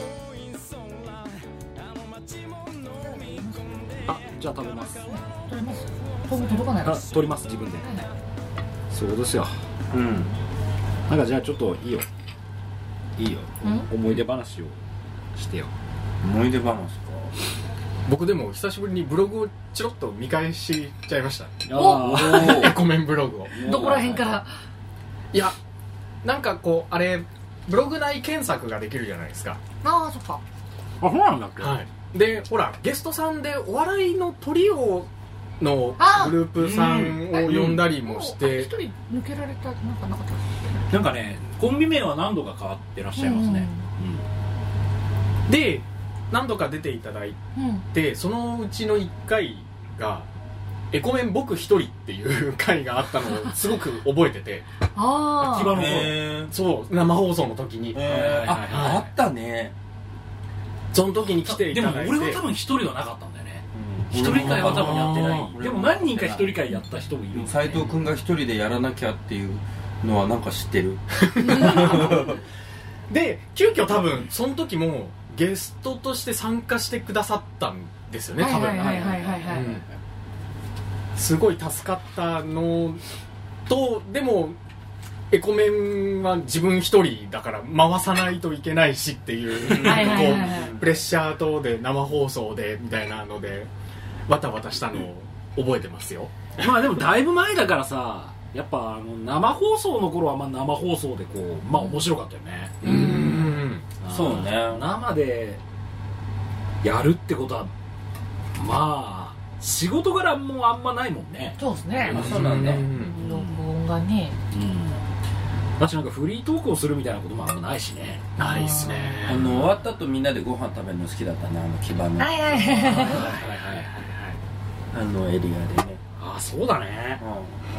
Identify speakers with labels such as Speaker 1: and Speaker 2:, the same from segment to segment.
Speaker 1: 届かない
Speaker 2: あ取ります自分でそうですよ
Speaker 3: うん
Speaker 2: なんかじゃあちょっといいよいいよ
Speaker 1: う
Speaker 2: 思い出話をしてよ
Speaker 3: 思い出話か
Speaker 4: 僕でも久しぶりにブログをチロッと見返しちゃいました
Speaker 1: お
Speaker 4: えコメンブログを
Speaker 1: どこら辺から
Speaker 4: いやなんかこうあれブログ内検索ができるじゃないですか
Speaker 1: ああそっか
Speaker 2: あそうなんだっけ
Speaker 4: いでほらゲストさんでお笑いのトリオの
Speaker 1: あー
Speaker 4: グループさんを呼んだりもし
Speaker 1: あ
Speaker 4: て
Speaker 1: 一人抜けられたなんかなかった
Speaker 3: なんかねコンビ名は何度か変わってらっしゃいますね
Speaker 4: で何度か出ていただい
Speaker 1: うん、うん、
Speaker 4: てそのうちの1回が「エコメン僕一人」っていう回があったのをすごく覚えてて
Speaker 1: あ
Speaker 3: 秋
Speaker 1: あ
Speaker 3: 葉の頃
Speaker 4: えそう生放送の時に、
Speaker 3: えー
Speaker 4: はいはいはい
Speaker 3: ああったね
Speaker 4: その時に来てい
Speaker 3: で
Speaker 4: た
Speaker 3: も
Speaker 4: だいて
Speaker 3: 俺は多分一人はなかったんだよね
Speaker 4: うん
Speaker 3: 一人会は多分やって
Speaker 4: あ
Speaker 3: な
Speaker 4: ー
Speaker 3: いでも何人か一人会やった人もいるんだ
Speaker 5: 斎
Speaker 3: よね
Speaker 5: 藤君が一人でやらなきゃっていうのはなんか知ってる
Speaker 4: で急遽多分その時もゲストとして参加してくださったんですよね
Speaker 1: は
Speaker 4: 多
Speaker 1: い
Speaker 4: 分、
Speaker 1: はいはいはいはいはい、
Speaker 4: うんすごい助かったのとでもエコメンは自分一人だから回さないといけないしっていう
Speaker 1: は
Speaker 4: ないんか
Speaker 1: はい
Speaker 4: こ
Speaker 1: はいはいう
Speaker 4: プレッシャー等で生放送でみたいなのでわたわたしたのを覚えてますよ
Speaker 3: まあでもだいぶ前だからさやっぱあの生放送の頃はまあ生放送でこうまあ面白かったよね
Speaker 4: うん
Speaker 3: そうね生でやるってことはまあ仕事柄もあんまないもんね
Speaker 1: そうですね
Speaker 5: そうなんだ
Speaker 1: 録音がね
Speaker 3: うん私なんかフリートークをするみたいなこともあんまないしね
Speaker 4: ないっすね
Speaker 5: あの終わった後みんなでご飯食べるの好きだったなあの基盤の
Speaker 1: はいはいはい
Speaker 3: はいはいはいはいはい
Speaker 5: あのエリアでね
Speaker 3: ああそうだね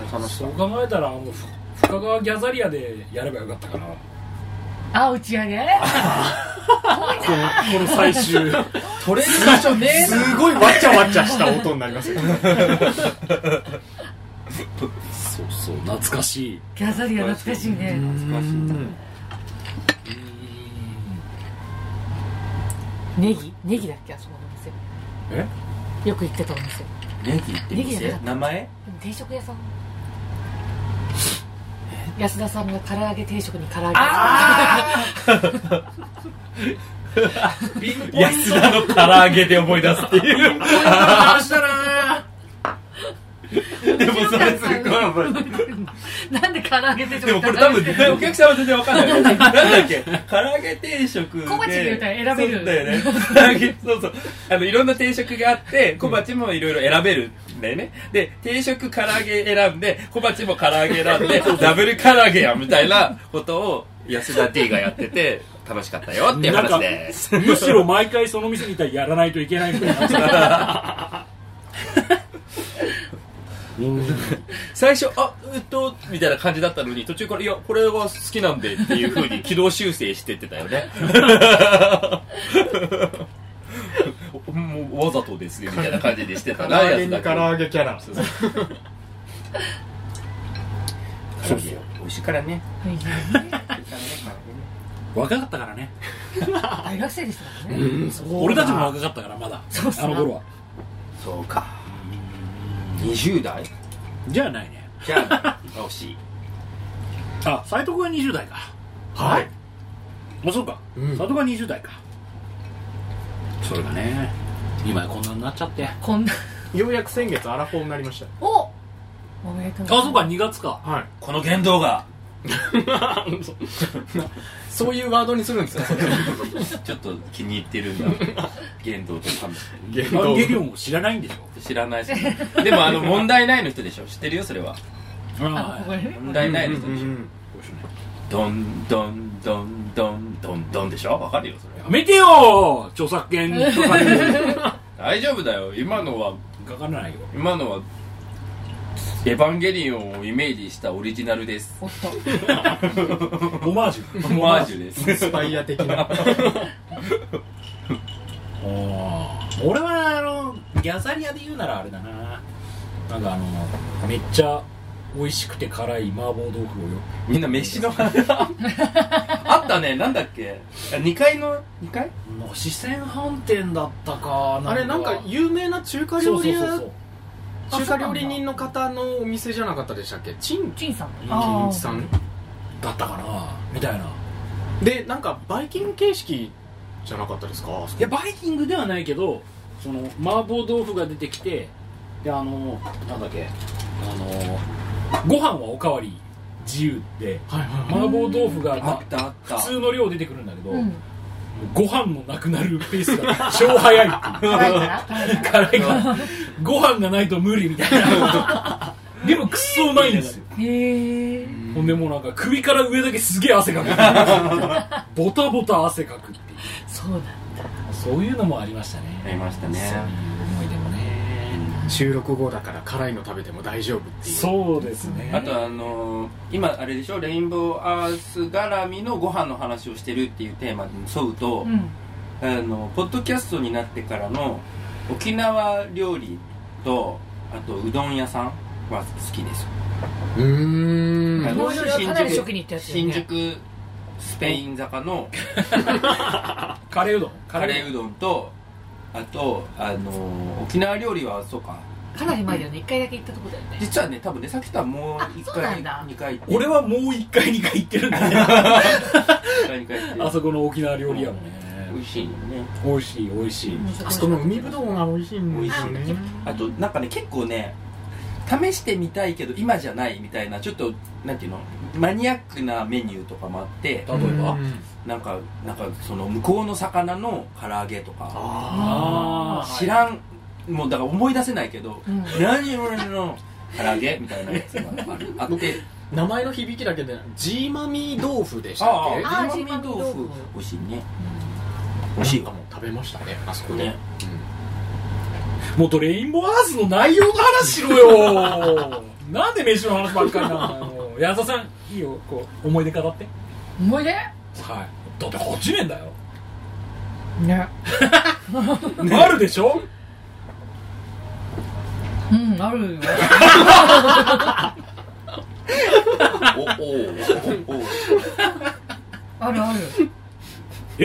Speaker 5: うん楽しそ
Speaker 3: そうう考えたらもうふ深川ギャザリアでやればよかったかな
Speaker 1: あ打ち上げ
Speaker 3: この最 終
Speaker 5: 取れる場所ねえな
Speaker 4: すごいわちゃわちゃした音になりますよ
Speaker 3: そうそう懐かしい
Speaker 1: ギャザリア懐かしいね
Speaker 5: 懐かしい
Speaker 1: ネギネギだっけあそこの店
Speaker 3: え
Speaker 1: よく行ってたお店
Speaker 5: ネギって
Speaker 1: ネギじゃな
Speaker 5: 店
Speaker 1: かった
Speaker 5: 名前
Speaker 1: でも定食屋さん安田さんが唐揚げ定食に唐揚げ
Speaker 5: 安田の唐揚げで思い出すっていう
Speaker 3: し たな
Speaker 5: でもそれすごい覚えてる
Speaker 1: なんで唐揚げ定食
Speaker 5: でもこれ多分ねお客様全然わかんないなんだっけ唐揚げ定食で
Speaker 1: 小鉢で言うたら選べる
Speaker 5: そうだよね 唐揚げそうそうあのいろんな定食があって小鉢もいろいろ選べるんだよねで定食唐揚げ選んで小鉢も唐揚げ選ん でダブル唐揚げやみたいなことを安田 D がやってて楽しかったよっていう
Speaker 3: なんか
Speaker 5: 話です
Speaker 3: むしろ毎回その店にいたらやらないといけないみたいな
Speaker 5: 最初あえっとみたいな感じだったのに途中からいやこれは好きなんでっていうふうに軌道修正してってたよねもうわざとですねみたいな感じでしてた な
Speaker 4: 唐揚げ
Speaker 5: やつ
Speaker 4: に
Speaker 5: だ
Speaker 4: 唐
Speaker 5: け
Speaker 4: 揚げキャラ
Speaker 5: そうそう美味しいからね
Speaker 3: 若かったからね
Speaker 1: 大学生でしたからね、
Speaker 3: 俺たちも若かったからまだあの頃は
Speaker 5: そうか20代
Speaker 3: じゃあないね
Speaker 5: じゃあ欲しい
Speaker 3: あ斎藤君は20代か
Speaker 4: はい
Speaker 3: あそうか
Speaker 4: うん
Speaker 3: 斎藤君は20代かそれがね今やこんなになっちゃってあ
Speaker 1: こんな
Speaker 4: ようやく先月アラフォーになりました
Speaker 1: おおめでとう
Speaker 3: そうか2月か
Speaker 4: はい
Speaker 5: この言動が
Speaker 4: そういうワードにするんですかそれ
Speaker 5: ちょっと気に入ってるんだ 言動とかも
Speaker 3: エヴァンゲリオンを知らないんでしょ
Speaker 5: 知らないしでもあの問題ないの人でしょ知ってるよそれは
Speaker 1: あこれね
Speaker 5: 問題ないの人
Speaker 4: うん
Speaker 5: で
Speaker 4: うん
Speaker 5: し
Speaker 4: う
Speaker 5: ょ
Speaker 4: ん
Speaker 5: どんどんどんどんどんどんでしょわかるよそれ
Speaker 3: やめてよ著作権 とかに
Speaker 5: 大丈夫だよ今のは
Speaker 3: かからないよ
Speaker 5: 今のは「エヴァンゲリオン」をイメージしたオリジナル です
Speaker 1: おっと
Speaker 3: オマージュ
Speaker 5: オマージュです
Speaker 4: スパイア的な
Speaker 3: 俺はあのギャザリアで言うならあれだななんかあのめっちゃ美味しくて辛い麻婆豆腐をよ
Speaker 5: みんな飯の話あったねなんだっけ2階の2階
Speaker 3: もう四川飯店だったか
Speaker 4: あれなんか有名な中華
Speaker 3: そうそ
Speaker 4: 料
Speaker 3: う
Speaker 4: 理
Speaker 3: そう
Speaker 4: 屋
Speaker 3: そう
Speaker 4: 中華料理人の方のお店じゃなかったでしたっけチン
Speaker 1: 陳さん
Speaker 4: キンさん
Speaker 3: だったかなみたいな
Speaker 4: でなんかバイキング形式じゃなかったですかあそ
Speaker 2: い
Speaker 4: こ
Speaker 2: やバイキングではないけどその麻婆豆腐が出てきてであのなんだっけあの
Speaker 3: ご飯はおかわり自由で
Speaker 4: はいはい
Speaker 3: 麻
Speaker 4: はい
Speaker 3: 婆豆腐が
Speaker 5: あ
Speaker 3: な
Speaker 5: ったあった
Speaker 3: 普通の量出てくるんだけど、
Speaker 1: うん
Speaker 3: ご飯もなくなるペースが超早いっていう
Speaker 1: 辛いから辛いから
Speaker 3: 辛いからご飯がないと無理みたいなでもクソうまいんですよ
Speaker 1: へえ
Speaker 3: ほんでもうなんか首から上だけすげえ汗かくボタボタ汗かくっていう
Speaker 1: そうなんだ
Speaker 3: そういうのもありましたね
Speaker 5: ありました
Speaker 3: そういう
Speaker 5: ね
Speaker 3: 思い出もね
Speaker 4: 収録後だから辛いの食べても大丈夫っていう
Speaker 3: そうですね
Speaker 5: あとあのー今あれでしょレインボーアース絡みのご飯の話をしてるっていうテーマに沿う
Speaker 1: う
Speaker 5: と、
Speaker 1: ん
Speaker 5: あのポッドキャストになってからの沖縄料理とあとうどん屋さんは好きです
Speaker 4: うーん
Speaker 5: あ
Speaker 1: う
Speaker 5: の
Speaker 1: どん屋かなり初期に行ったやつだよ
Speaker 5: 新
Speaker 1: ね
Speaker 5: 宿スペイン坂の
Speaker 3: カレーうどん
Speaker 5: カレーうどんとあとあの沖縄料理はそうか
Speaker 1: かなり前だよね一回だけ行ったとこだよね
Speaker 5: 実はね多分ねさきとはもう
Speaker 1: あ
Speaker 5: 1
Speaker 1: そうな
Speaker 5: 回
Speaker 1: んだ
Speaker 5: 2回行って
Speaker 3: 俺はもう1回2回行ってるんだね
Speaker 5: 1回2回行
Speaker 3: あ
Speaker 5: って
Speaker 3: そこの沖縄料理屋もね
Speaker 5: 美味しいよね
Speaker 3: 美味しい美味しい
Speaker 4: あそこの海ぶどうが美味しいんですよ
Speaker 1: 美味しい
Speaker 4: ね
Speaker 5: あとなんかね結構ね試してみたいけど今じゃないみたいなちょっとなんていうのマニアックなメニューとかもあって
Speaker 3: 例えば
Speaker 4: うん
Speaker 5: なんかなんかその向こうの魚の唐揚げとか
Speaker 3: あ
Speaker 5: 知らんもうだから思い出せないけど、
Speaker 1: うん
Speaker 5: 何俺の唐揚げみたいなやつがあるあって
Speaker 4: 名前の響きだけでジーマミー豆腐でしたっ
Speaker 5: あ
Speaker 4: け
Speaker 5: あ
Speaker 1: あ
Speaker 5: ジーマ
Speaker 1: ジーマミ
Speaker 5: ミ豆腐
Speaker 1: 豆腐
Speaker 5: 美味しいね美味しい
Speaker 4: な
Speaker 5: か
Speaker 4: ん
Speaker 5: も
Speaker 4: もう食べましたねあそこで、
Speaker 5: ね
Speaker 3: ーもっとレインボーアースの内容の話しろよ なんで飯の話ばっかりなんだよ矢田さんいいよこう思い出語って
Speaker 1: 思い出
Speaker 3: はいだって8年だよ
Speaker 1: ね
Speaker 3: あるでしょ
Speaker 1: うんあるよ
Speaker 5: おおおお
Speaker 1: あるある
Speaker 3: え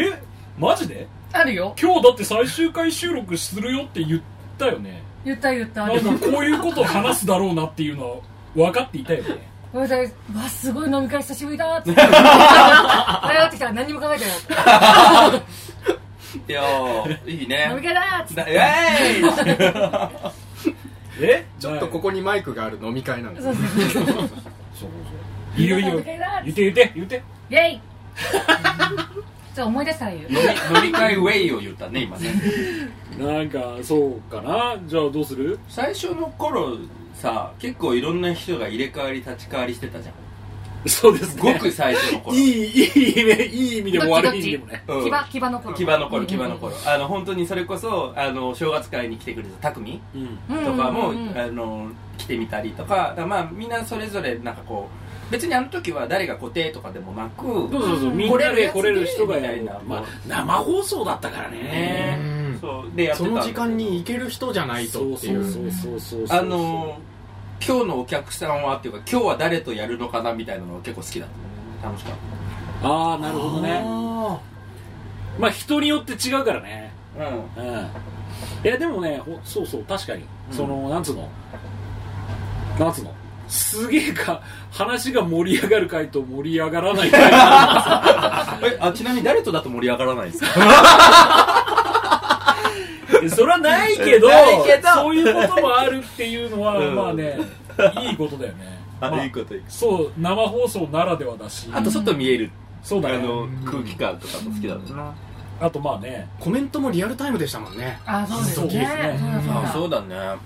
Speaker 3: マジで
Speaker 1: あるよ
Speaker 3: 今日だって最終回収録するよって言ったよね
Speaker 1: 言った言ったあ
Speaker 3: な
Speaker 1: る
Speaker 3: んかこういうことを話すだろうなっていうのは分かっていたよね
Speaker 1: ごめんなさいわすごい飲み会久しぶりだーって謝ってきたら何も考えてない
Speaker 5: いやーい
Speaker 1: 飲
Speaker 5: い
Speaker 1: み
Speaker 5: ね
Speaker 1: 会だーっつって
Speaker 5: だえーい
Speaker 3: え
Speaker 4: ちょっとここにマイクがある飲み会なんです
Speaker 1: そうそうそう
Speaker 3: そうそうそういいよいいよ言って言って言って
Speaker 1: イェイじゃあ思い出したら言う
Speaker 5: 飲み飲み会ウェイを言ったね今ね
Speaker 3: なんかそうかなじゃあどうする
Speaker 5: 最初の頃さ結構いろんな人が入れ替わり立ち替わりしてたじゃん
Speaker 3: そうです
Speaker 5: ごく最初の頃
Speaker 3: いいいい意味いい意味でも悪い意味でも ね
Speaker 5: うん
Speaker 1: 牙牙の頃
Speaker 5: 牙の頃牙の頃あの本当にそれこそあの正月会に来てくれた匠
Speaker 3: うん
Speaker 1: と
Speaker 5: とかも、
Speaker 1: うんうんうん
Speaker 5: あの来てみたりとかだからまあみんなそれぞれなんかこう別にあの時は誰が固定とかでもなく
Speaker 3: そうそうそうみん
Speaker 5: 来
Speaker 3: な
Speaker 5: れる
Speaker 3: で
Speaker 5: やつで
Speaker 3: 来れる人がやる
Speaker 5: みたいな
Speaker 3: まあ生放送だったからね
Speaker 5: ね
Speaker 4: うん
Speaker 5: そうでやって
Speaker 4: そ
Speaker 5: たん
Speaker 4: の
Speaker 5: だけ
Speaker 4: 時
Speaker 5: ど
Speaker 4: 間に行ける人じゃない
Speaker 3: そ
Speaker 4: と
Speaker 3: う
Speaker 4: っ
Speaker 3: そ
Speaker 4: ていうう
Speaker 3: そうそうそうそう
Speaker 5: あの今日のお客さんはっていうか今日は誰とやるのかなみたいなのが結構好きだった楽しかっ
Speaker 3: ああなるほどね
Speaker 4: あ
Speaker 3: まあ人によって違うからね
Speaker 5: たうん
Speaker 3: うんいやでもねほそうそう確かに、
Speaker 5: うん
Speaker 3: そのなんつうのなんつうのすげえか話が盛り上がる回と盛り上がらない回
Speaker 5: えあちなみに誰とだと盛り上がらないです か
Speaker 3: それはないけど
Speaker 5: ないけど
Speaker 3: そういうこともあるっていうのは、
Speaker 5: うん
Speaker 3: まあねいいことだよねまあ
Speaker 5: こと
Speaker 3: そう生放送ならではだし
Speaker 5: あと外見える
Speaker 3: そう
Speaker 5: あ
Speaker 3: だね
Speaker 5: の空気感とかも好きだったな
Speaker 3: あとまあね
Speaker 4: ーコメントもリアルタイムでしたもんね
Speaker 1: あそうです
Speaker 3: そうです
Speaker 1: ね
Speaker 3: ね
Speaker 5: あ
Speaker 1: そ
Speaker 5: そ
Speaker 1: うだそ
Speaker 5: う
Speaker 1: うだ
Speaker 5: だね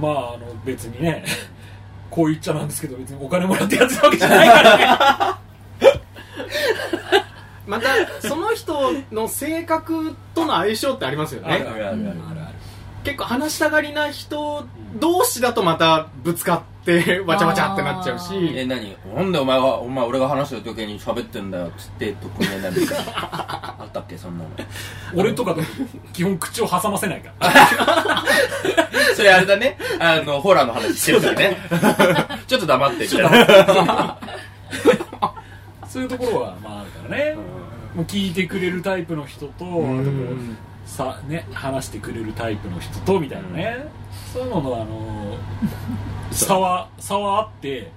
Speaker 3: まああの別にね こう言っちゃなんですけど別にお金もらってやってたわけじゃないから ね
Speaker 4: またその人の性格との相性ってありますよ
Speaker 3: あ
Speaker 4: ね
Speaker 3: るあるあるあるある
Speaker 4: 結構話したがりな人同士だとまたぶつか ってわちゃわちゃってなっちゃう
Speaker 5: え
Speaker 4: し
Speaker 5: 何なんでお前はお前俺が話してる時に喋ってんだよっつってとこになる あったっけそんなの
Speaker 3: 俺とかだと基本口を挟ませないから
Speaker 5: それあれだねあのホラーの話してるから ねちょっと黙ってみたいな
Speaker 3: そういうところはまああるからね、もう聞いてくれるタイプの人とあとこ
Speaker 4: うん
Speaker 3: うさ、ね、話してくれるタイプの人とみたいなね、そういうのの、あのー差は差はあって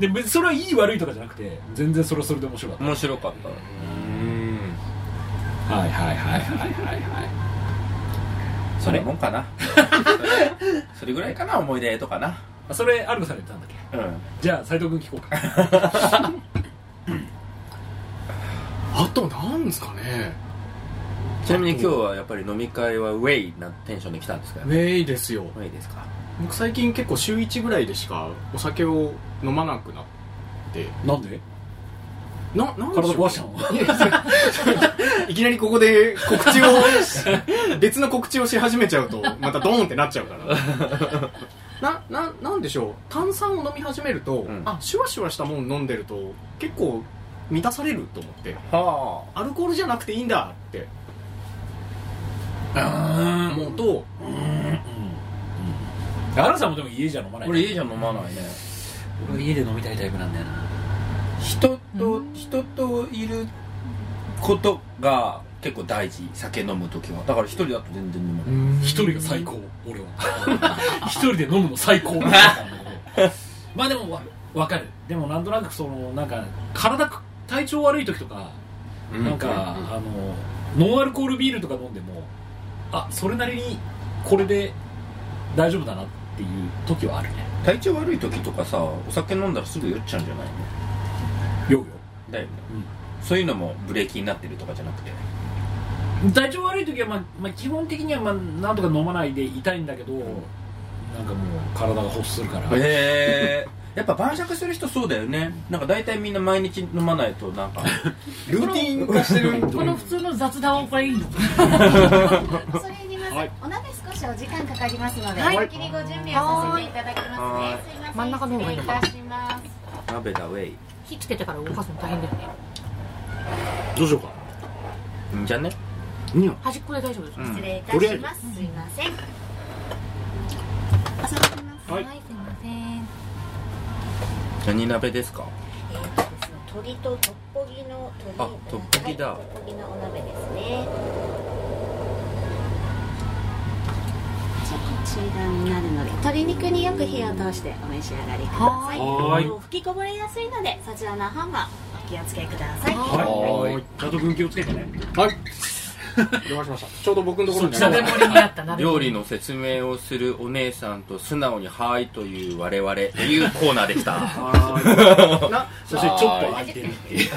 Speaker 3: で別にそれはいい悪いとかじゃなくて全然それはそれで面白かっ
Speaker 5: 面白かった
Speaker 3: たはいはいはいはいはいはい
Speaker 5: それもんか なそれぐらいかな思い出とかな
Speaker 3: あそれアルゴさんが言ってたんだっけ
Speaker 5: うん
Speaker 3: じゃあ斉藤君聞こう か
Speaker 4: あとなんですかね
Speaker 5: ちなみに今日はやっぱり飲み会はウェイなテンションで来たんですか
Speaker 4: ウェイですよ
Speaker 5: ウェイですか
Speaker 4: 僕最近結構週1ぐらいでしかお酒を飲まなくなって
Speaker 3: なんで
Speaker 4: ななん
Speaker 3: 体
Speaker 4: でしょ
Speaker 3: 壊
Speaker 4: う
Speaker 3: したの
Speaker 4: いやいやいきなりここで告知を し別の告知をし始めちゃうとまたドーンってなっちゃ うからなななんでしょう炭酸を飲み始めると、
Speaker 5: ん
Speaker 4: あシュワシュワしたもの飲んでると結構満たされると思って
Speaker 5: は
Speaker 4: アルコールじゃなくていいんだって
Speaker 5: あ
Speaker 4: 思うと、
Speaker 3: アルさんもでも家じゃ飲まない
Speaker 5: 俺家じゃ飲まないね
Speaker 2: 俺家で飲みたいタイプなんだよな
Speaker 5: 人と人といることが結構大事酒飲む時はだから一人だと全然飲まない
Speaker 3: 一人が最高俺は 一人で飲むの最 高まあでもわわかるでもなんとなくそのなんか体く体調悪い時とか、なんか、あのノンアルコールビールとか飲んでもあそれなりにこれで大丈夫だなっていう時はあるね
Speaker 5: 体調悪い時とかさお酒飲んだらすぐ酔っちゃうんじゃないの
Speaker 3: 酔うよ
Speaker 5: だよね、そういうのもブレーキになってるとかじゃなくて
Speaker 3: 体調悪い時は、まあまあ、基本的にはまあなんとか飲まないでいたいんだけど、なんかもう体が欲するから、
Speaker 5: へえやっぱ晩酌する人そうだよねなんか大体みんな毎日飲まないとなんか
Speaker 4: ルーティン化してる
Speaker 1: こ の普通の雑談はこれいいの
Speaker 6: それにます、お鍋少しお時間かかりますので、
Speaker 1: はい
Speaker 6: 思いっきりご準備をさせていただきます
Speaker 5: はい
Speaker 6: ね。すいません、
Speaker 1: 真ん中の方がいいのかな
Speaker 6: 失礼いたします。
Speaker 5: 鍋だウェイ
Speaker 1: 火つけてから動かすの大変だよね
Speaker 2: どうしようか
Speaker 5: いいんじゃね
Speaker 1: 端っこで大丈夫です、
Speaker 5: ん
Speaker 6: 失礼いたします。すいません。あ、すいません。はい、すいません。
Speaker 5: 何鍋ですか
Speaker 6: えーとですね鶏とトッポギの鶏。
Speaker 5: あトッポギだ
Speaker 6: はいトッポギのお鍋ですね。じゃあこちらになるので、鶏肉によく火を通してお召し上がりください。
Speaker 3: はーい
Speaker 6: あの吹きこぼれやすいので、そちらの方もお気をつけください。
Speaker 5: はーい
Speaker 2: 佐藤君気をつけてね
Speaker 4: はい了解しましたちょうど僕のところに
Speaker 1: 鍋盛りになった鍋盛
Speaker 5: 料理の説明をするお姉さんと素直に「はい」という我々というコーナーでした
Speaker 4: な
Speaker 2: そしてちょっと空いてるっていう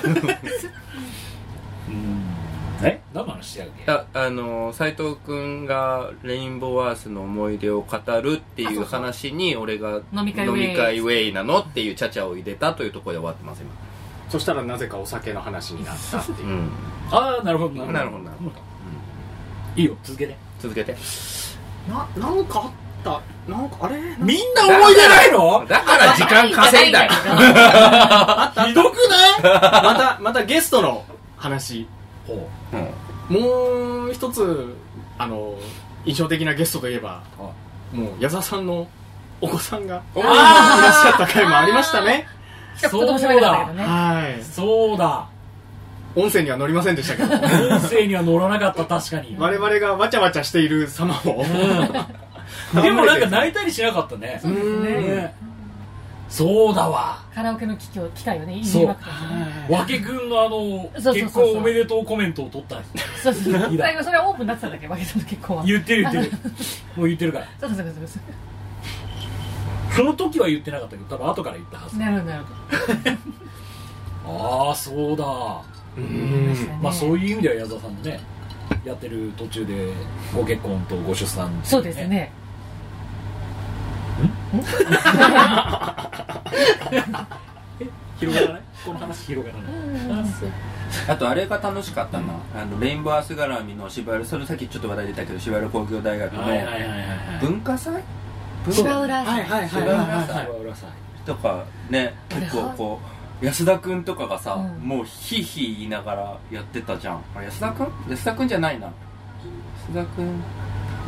Speaker 2: うんえ
Speaker 3: 何の話してやるっけ
Speaker 5: ああの斎藤君がレインボーワースの思い出を語るっていう話に俺が
Speaker 1: 飲み会ウェイ
Speaker 5: ウェイなのっていうちゃちゃを入れたというところで終わってます今
Speaker 4: そしたらなぜかお酒の話になったっていう
Speaker 5: うん
Speaker 3: ああなるほどなるほど
Speaker 5: なるほどなるほど
Speaker 3: いいよ続けて
Speaker 5: 続けて
Speaker 4: な なんかあったなんかあれ
Speaker 3: みんな思い出ないの
Speaker 5: だから時間稼い だよ
Speaker 3: ひどくない
Speaker 4: またまたゲストの話
Speaker 3: ほ
Speaker 5: うん
Speaker 4: もう一つあの印象的なゲストといえば
Speaker 3: は
Speaker 4: もう矢沢さんのお子さんがい
Speaker 5: お
Speaker 4: らっしゃった回もありましたね
Speaker 1: りちょっと喋れなかったけどね
Speaker 4: はい
Speaker 3: そうだ
Speaker 4: 音声には乗りませんでしたけど
Speaker 3: 音声には乗らなかった確かに
Speaker 4: 我々がわちゃわちゃしている様を
Speaker 3: うんでもなんか泣いたりしなかったね
Speaker 1: そうですね
Speaker 3: ねそうだわ
Speaker 1: カラオケの機器を機械をねい
Speaker 3: そう
Speaker 1: じりまくってね
Speaker 3: 和気くんのあの
Speaker 1: そうそうそうそう
Speaker 3: 結婚おめでとうコメントを取った
Speaker 1: そうそうそう
Speaker 3: いいだ
Speaker 1: 最後それはオープンになってたんだっけ負けたの結構は
Speaker 3: 言ってる言ってる もう言ってるから
Speaker 1: そうそうそうそ
Speaker 3: その時は言ってなかったけど多分後から言ったは
Speaker 1: う
Speaker 3: ず
Speaker 1: なるほどなるほど
Speaker 3: ああそうだ
Speaker 4: うん
Speaker 3: まあそういう意味では矢沢さんもねやってる途中でご結婚とご出産
Speaker 1: そうですね
Speaker 3: 広がらないこの話広がらない
Speaker 5: あとあれが楽しかったな、あのレインボーアース絡みの芝浦それさっきちょっと話題出たけど芝浦工業大学の
Speaker 3: はいはいはいはい
Speaker 5: 文化祭
Speaker 6: 芝
Speaker 4: は
Speaker 6: 浦
Speaker 4: いはいはい
Speaker 5: 芝
Speaker 4: は
Speaker 5: 浦
Speaker 3: はい
Speaker 5: 祭
Speaker 3: は浦さん
Speaker 5: とかね結構こう安田君とかがさ、
Speaker 1: うん
Speaker 5: もうヒーヒー言いながらやってたじゃんあれ安田君安田君じゃないな安田君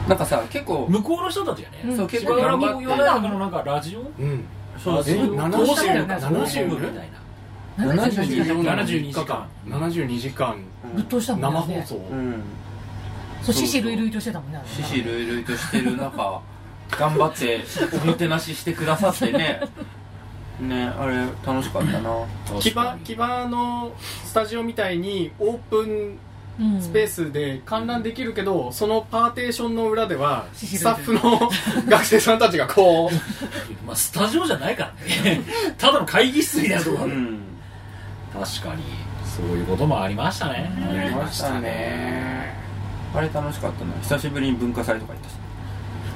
Speaker 5: なんかさ結構
Speaker 3: 向こうの人たちやね、
Speaker 1: うん
Speaker 5: そう結
Speaker 3: 芝
Speaker 5: 構
Speaker 3: 浦
Speaker 5: 頑
Speaker 3: 工業
Speaker 5: 張
Speaker 3: 大
Speaker 5: って
Speaker 3: 学のなんかラジオ
Speaker 4: いうん
Speaker 5: そう
Speaker 4: え
Speaker 5: そう
Speaker 4: 70
Speaker 3: 講師部
Speaker 1: 70
Speaker 3: 講師部みたいな
Speaker 1: 72時間
Speaker 3: 72時間
Speaker 4: 72時間
Speaker 1: ぶっ通したもんね
Speaker 4: 生放送
Speaker 5: うん
Speaker 1: そう獅子類類としてたもんねあれ
Speaker 5: 獅子類類としてる中 頑張っておもてなししてくださってね ねあれ楽しかったな
Speaker 4: 木場木場のスタジオみたいにオープン
Speaker 1: うん
Speaker 4: スペースで観覧できるけど、そのパーテーションの裏では
Speaker 1: シシ
Speaker 4: スタッフの学生さんたちがこう
Speaker 3: まあ、スタジオじゃないから ねただの会議室みたいなところあ
Speaker 5: う
Speaker 3: る
Speaker 5: ん
Speaker 3: 確かにそういうこともありましたね
Speaker 5: やりましたねあれ楽しかったな久しぶりに文化祭とか行ったし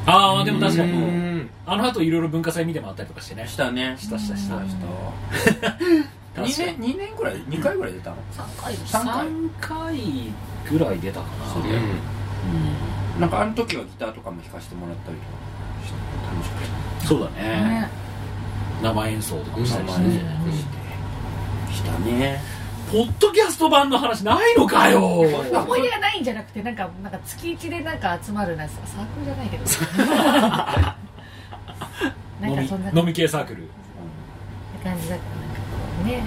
Speaker 3: ああでも確か
Speaker 4: う
Speaker 3: に
Speaker 4: ん
Speaker 3: あの後いろいろ文化祭見て回ったりとかしてね
Speaker 5: したね
Speaker 3: したしたした
Speaker 5: し
Speaker 3: 確か
Speaker 5: た
Speaker 3: に
Speaker 5: 2年二年ぐらい2回ぐらい出たの
Speaker 2: 3回
Speaker 5: 三回
Speaker 2: 3回ぐらい出たかな
Speaker 5: そうだよなんかあの時はギターとかも弾かせてもらったりとかして楽しかった
Speaker 2: そうだね
Speaker 1: ね
Speaker 3: 生演奏とかもしたりして
Speaker 5: 生演奏したね
Speaker 3: ポッドキャスト版の話ないのかよ
Speaker 1: 思い出がないんじゃなくてなんかなんか月一でなんか集まるなんかサークルじゃないけどなん
Speaker 3: 飲
Speaker 1: かそん な
Speaker 3: み飲み系サークル
Speaker 1: 感じだからなんかこうね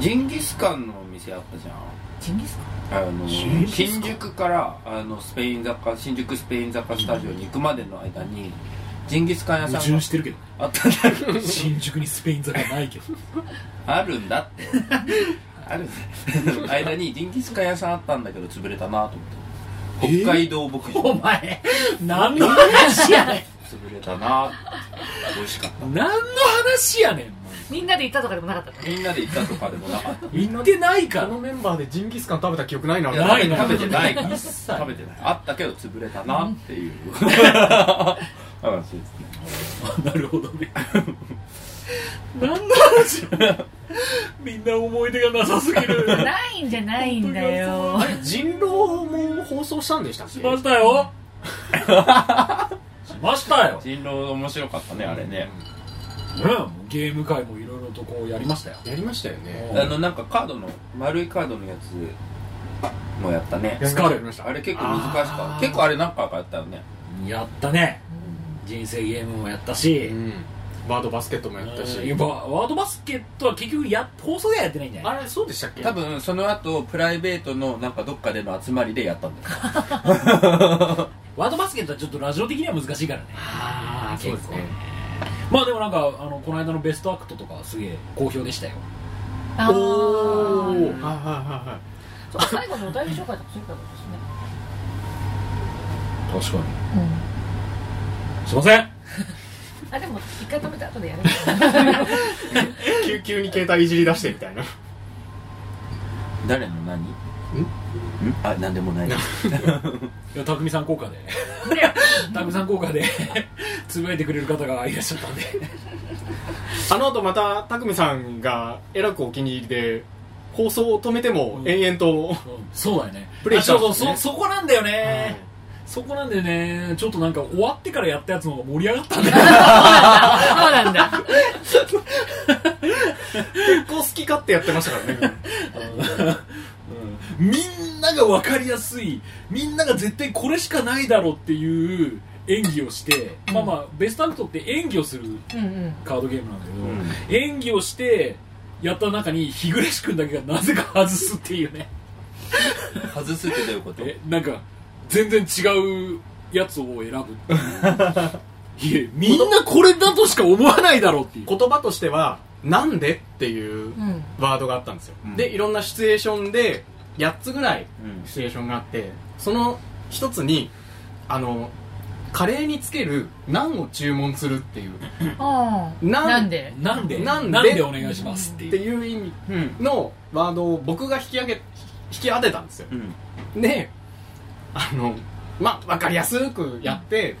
Speaker 5: ジンギスカンのお店あったじゃん
Speaker 1: ジンギスカン
Speaker 5: あの
Speaker 3: 新
Speaker 5: 新
Speaker 3: 宿
Speaker 5: 宿からあのスペイン坂新宿スペイン坂スタジオに行くまでの間にジンギスカン屋
Speaker 3: 矛
Speaker 5: さん
Speaker 3: 盾
Speaker 5: が
Speaker 3: してるけどね
Speaker 5: あったんだ
Speaker 3: 新宿にスペイン坂ない けど
Speaker 5: あるんだって ある んだ間にジンギスカン屋さんあったんだけど潰れたなと思って北海道牧場
Speaker 3: お前何の話やね
Speaker 5: 潰れたな美味しかっ
Speaker 3: ん何の話やねん
Speaker 1: みんなで行ったとかでもなかったの
Speaker 5: たみんなで行ったとかでもなかった
Speaker 3: 行ってないか
Speaker 4: あ
Speaker 3: ら
Speaker 4: のメンバーでジンギスカン食べた記憶ないない
Speaker 3: やないな
Speaker 5: 食べてないから
Speaker 3: 一切
Speaker 5: 食べてないあったけど潰れたなっ ていう話ですね
Speaker 3: なるほどね何の話 みんな思い出がなさすぎる
Speaker 1: ないんじゃないんだよ
Speaker 4: あれ人狼も放送したんでしたっ
Speaker 3: し
Speaker 4: け
Speaker 3: ました よしましたよ、ね
Speaker 5: 人狼面白かったねあれね
Speaker 3: ゲーム会もいろいろとこうやりましたよ
Speaker 4: やりましたよね
Speaker 5: あのなんかカードの丸いカードのやつもやったね
Speaker 3: スカル
Speaker 4: やりました
Speaker 5: あれ結構難しかっ
Speaker 3: あー
Speaker 5: た結構あれ何回かやったよね
Speaker 3: やったね人生ゲームもやったし、
Speaker 4: うんバードバスケットもやったし
Speaker 3: うんばワードバスケットは結局や放送ではやってないんじゃない
Speaker 4: あれそうでしたっけ
Speaker 5: 多分その後プライベートのなんかどっかでの集まりでやったんだよ
Speaker 3: ワードバスケットはちょっとラジオ的には難しいからね
Speaker 4: ああそうですね
Speaker 3: まあでもなんかあのこの間のベストアクトとかはすげえ好評でしたよ
Speaker 1: あ
Speaker 4: おお
Speaker 1: ー
Speaker 4: はいはいはいはい
Speaker 1: そう最後のお便り紹介とかするからです
Speaker 3: 確か
Speaker 1: ね
Speaker 3: にすいません
Speaker 1: あでも一回止めた後で やる
Speaker 4: 急急に携帯いじり出してみたいな
Speaker 5: 誰の何んあ何で もない
Speaker 3: いや匠さん効果で 匠さん効果で つぶやいてくれる方がいらっしゃったんで
Speaker 4: あの後また匠さんがえらくお気に入りで放送を止めても延々と、
Speaker 3: そうだよね
Speaker 4: プレイしちゃ
Speaker 3: あ
Speaker 4: うん
Speaker 3: そう
Speaker 4: です
Speaker 3: そう
Speaker 4: ね
Speaker 3: そそこなんだよね、
Speaker 4: はい
Speaker 3: そこなんだよねちょっとなんか終わってからやったやつの方が盛り上がったんだよ
Speaker 1: そうなんだ
Speaker 4: 結構好き勝手やってましたからね
Speaker 3: うんみんなが分かりやすいみんなが絶対これしかないだろうっていう演技をして、まあまあベストアクトって演技をする
Speaker 1: うんうん
Speaker 3: カードゲームなんだけど、演技をしてやった中に日暮君だけがなぜか外すっていうね
Speaker 5: 外すってどういうこと
Speaker 3: えなんか全然違うやつを選ぶって いういやみんなこれだとしか思わないだろうっていう
Speaker 4: 言葉としては「なんで?」っていう
Speaker 1: うん
Speaker 4: ワードがあったんですよ、
Speaker 5: ん
Speaker 4: でいろんなシチュエーションで8つぐらい
Speaker 5: うん
Speaker 4: シチュエーションがあってその一つにあのカレーにつける「なん」を注文するっていう
Speaker 1: あー
Speaker 4: なん
Speaker 1: なんで
Speaker 3: なんで
Speaker 4: なんで
Speaker 3: お願いしますって
Speaker 4: っ
Speaker 3: い
Speaker 4: て
Speaker 3: う
Speaker 4: いう意味
Speaker 5: うん
Speaker 4: のワードを僕が引き上げ引き当てたんですよ
Speaker 5: うんうん
Speaker 4: であのまあ分かりやすくやって、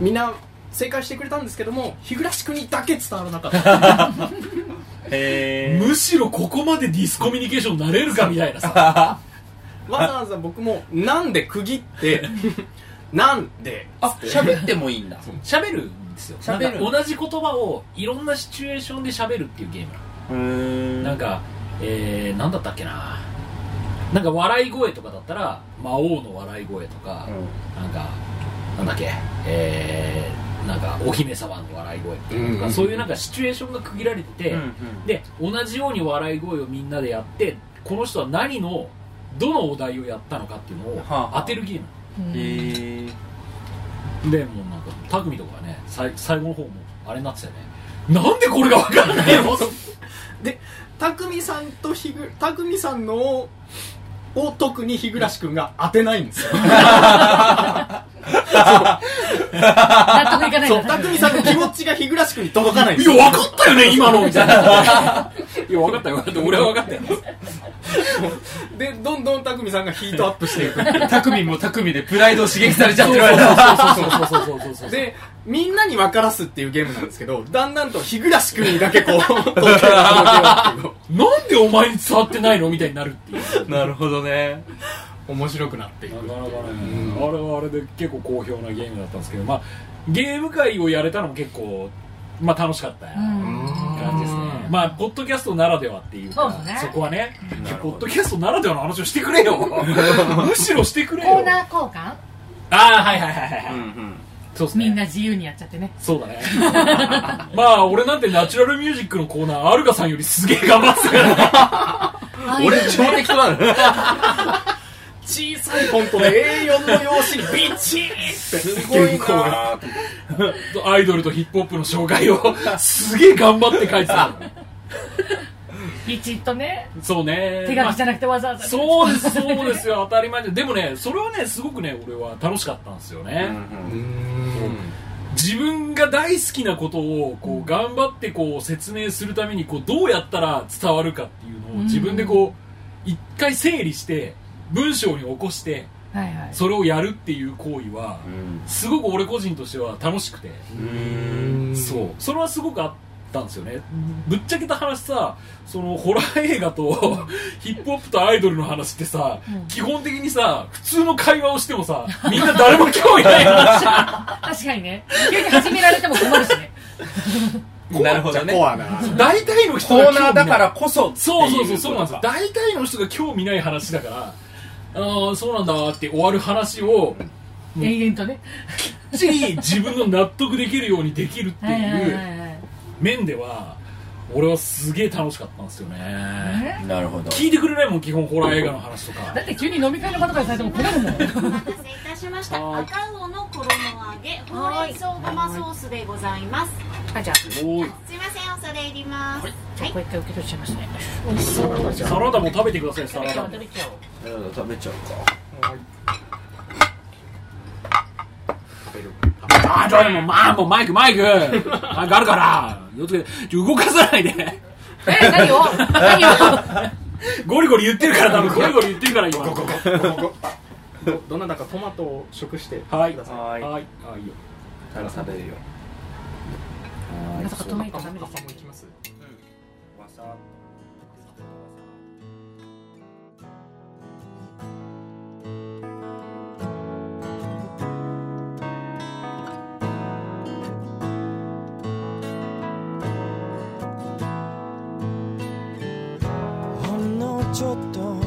Speaker 4: みんな正解してくれたんですけども日暮君にだけ伝わらなかった
Speaker 5: へ
Speaker 3: むしろここまでディスコミュニケーションなれるかみたいなさ
Speaker 4: わざわざ僕も「なんで?」区切って「なんで?」
Speaker 5: あ喋ってもいいんだ
Speaker 3: 喋るんですよ
Speaker 5: 喋る
Speaker 3: なんか同じ言葉をいろんなシチュエーションで喋るっていうゲームなの
Speaker 5: うん
Speaker 3: なんかえー、なんだったっけななんか笑い声とかだったら魔王の笑い声とか、なんかなんだっけえー、なんかお姫様の笑い声とか、
Speaker 4: うんうん
Speaker 3: そういうなんかシチュエーションが区切られてて、
Speaker 5: うんうん
Speaker 3: で同じように笑い声をみんなでやってこの人は何のどのお題をやったのかっていうのを
Speaker 5: はあ
Speaker 3: 当てるゲーム
Speaker 1: うん
Speaker 5: え
Speaker 3: でもうなんか匠とかねさい最後の方もあれになってたよねなんでこれが分かんないの
Speaker 4: で匠さんとひぐ匠さんのをを特に日暮君が当てないん ですよ
Speaker 1: 納得いかない
Speaker 4: そう
Speaker 1: な
Speaker 4: 匠さんの気持ちが日暮君に届かないんで
Speaker 3: い
Speaker 4: すよ
Speaker 3: や分かったよね今のみたいないや分かったよ分かった俺は分かったよ
Speaker 4: でどんどん匠さんがヒートアップしていく
Speaker 5: ー、匠も匠でプライドを刺激されちゃってる
Speaker 3: そうそうそうそうそうそうそう
Speaker 4: でみんなに分からすっていうゲームなんですけどだんだんと日暮君にだけこう届ける っていうの
Speaker 3: な
Speaker 4: が
Speaker 3: んでお前に伝わってないのみたいになるっていう
Speaker 5: なるほどね
Speaker 4: 面白くなっていく
Speaker 3: なかなかね、あれはあれで結構好評なゲームだったんですけど、まあ、ゲーム会をやれたのも結構、まあ、楽しかった
Speaker 1: うん
Speaker 3: 感じですね、まあポッドキャストならではっていうか
Speaker 1: そうですね
Speaker 3: こはねポッドキャストならではの話をしてくれ よむしろしてくれよ
Speaker 1: コーナー交換
Speaker 3: ああはいはいはいはい、
Speaker 5: うんうん
Speaker 3: そうですね
Speaker 1: みんな自由にやっちゃってね
Speaker 3: そうだね まあ俺なんてナチュラルミュージックのコーナーアルガさんよりすげえ頑張ってたからね
Speaker 5: 俺超適当なの
Speaker 4: 小さいフォントで A4 の用紙にビチーってすごいなー
Speaker 3: アイドルとヒップホップの紹介をすげえ頑張って書いてたの
Speaker 1: ピチッとね
Speaker 3: そうね
Speaker 1: 手紙じゃなくてわざわざ
Speaker 3: そうですそうですよ当たり前ででもねそれはねすごくね俺は楽しかったんですよね、自分が大好きなことをこう頑張ってこう説明するためにこうどうやったら伝わるかっていうのを
Speaker 1: うん
Speaker 3: 自分でこう一回整理して文章に起こして
Speaker 1: はいはい
Speaker 3: それをやるっていう行為はすごく俺個人としては楽しくてそうそれはすごくあったんですよねぶっちゃけた話さそのホラー映画と ヒップホップとアイドルの話ってさ、
Speaker 1: うん
Speaker 3: 基本的にさ普通の会話をしてもさみんな誰も興味ない話
Speaker 1: 確かにね急に始められても困るしね
Speaker 5: なるほどね
Speaker 4: コアな
Speaker 3: 大体の人
Speaker 5: コ
Speaker 3: が興
Speaker 5: ー
Speaker 3: 味ない
Speaker 5: ナーだからこそってい
Speaker 3: そうそうそうそうなんですよ
Speaker 5: ことか
Speaker 3: 大体の人が興味ない話だからあーそうなんだって終わる話をうん
Speaker 1: 延々とね
Speaker 3: きっちり自分の納得できるようにできるって
Speaker 1: はいはいいは
Speaker 3: う
Speaker 1: いはい
Speaker 3: 面では俺はすげえ楽しかったんですよね
Speaker 1: え
Speaker 5: なるほど
Speaker 3: 聞いてくれないもん基本ホラー映画の話とか
Speaker 1: だって急に飲み会の場とかにされても困るもん
Speaker 6: お待たせいたしました。赤魚の衣揚げ、ほうれん草ごまソースでございます。
Speaker 1: あじゃあ
Speaker 3: おい
Speaker 6: すいません、恐れ入ります。はい
Speaker 1: こ。う一回受け取っちゃいますね
Speaker 3: サラダも食べてくださいサラダも
Speaker 1: 食べちゃおう
Speaker 5: 食べちゃうか
Speaker 3: あーちょいもうまあもうマイクマイクマイクあるから気をつけてちょ動かさないで
Speaker 1: え何を 何を
Speaker 3: ゴリゴリ言ってるから多分ゴリゴリ言ってるから今
Speaker 4: どどなたかトマトを食して
Speaker 3: はい
Speaker 4: くださ
Speaker 5: は
Speaker 3: はいあいいよ
Speaker 5: ただ食べるよ
Speaker 1: まさか止めるとダメで
Speaker 4: 赤
Speaker 1: すよ
Speaker 4: もいきます
Speaker 5: わさ
Speaker 7: ほんのちょっと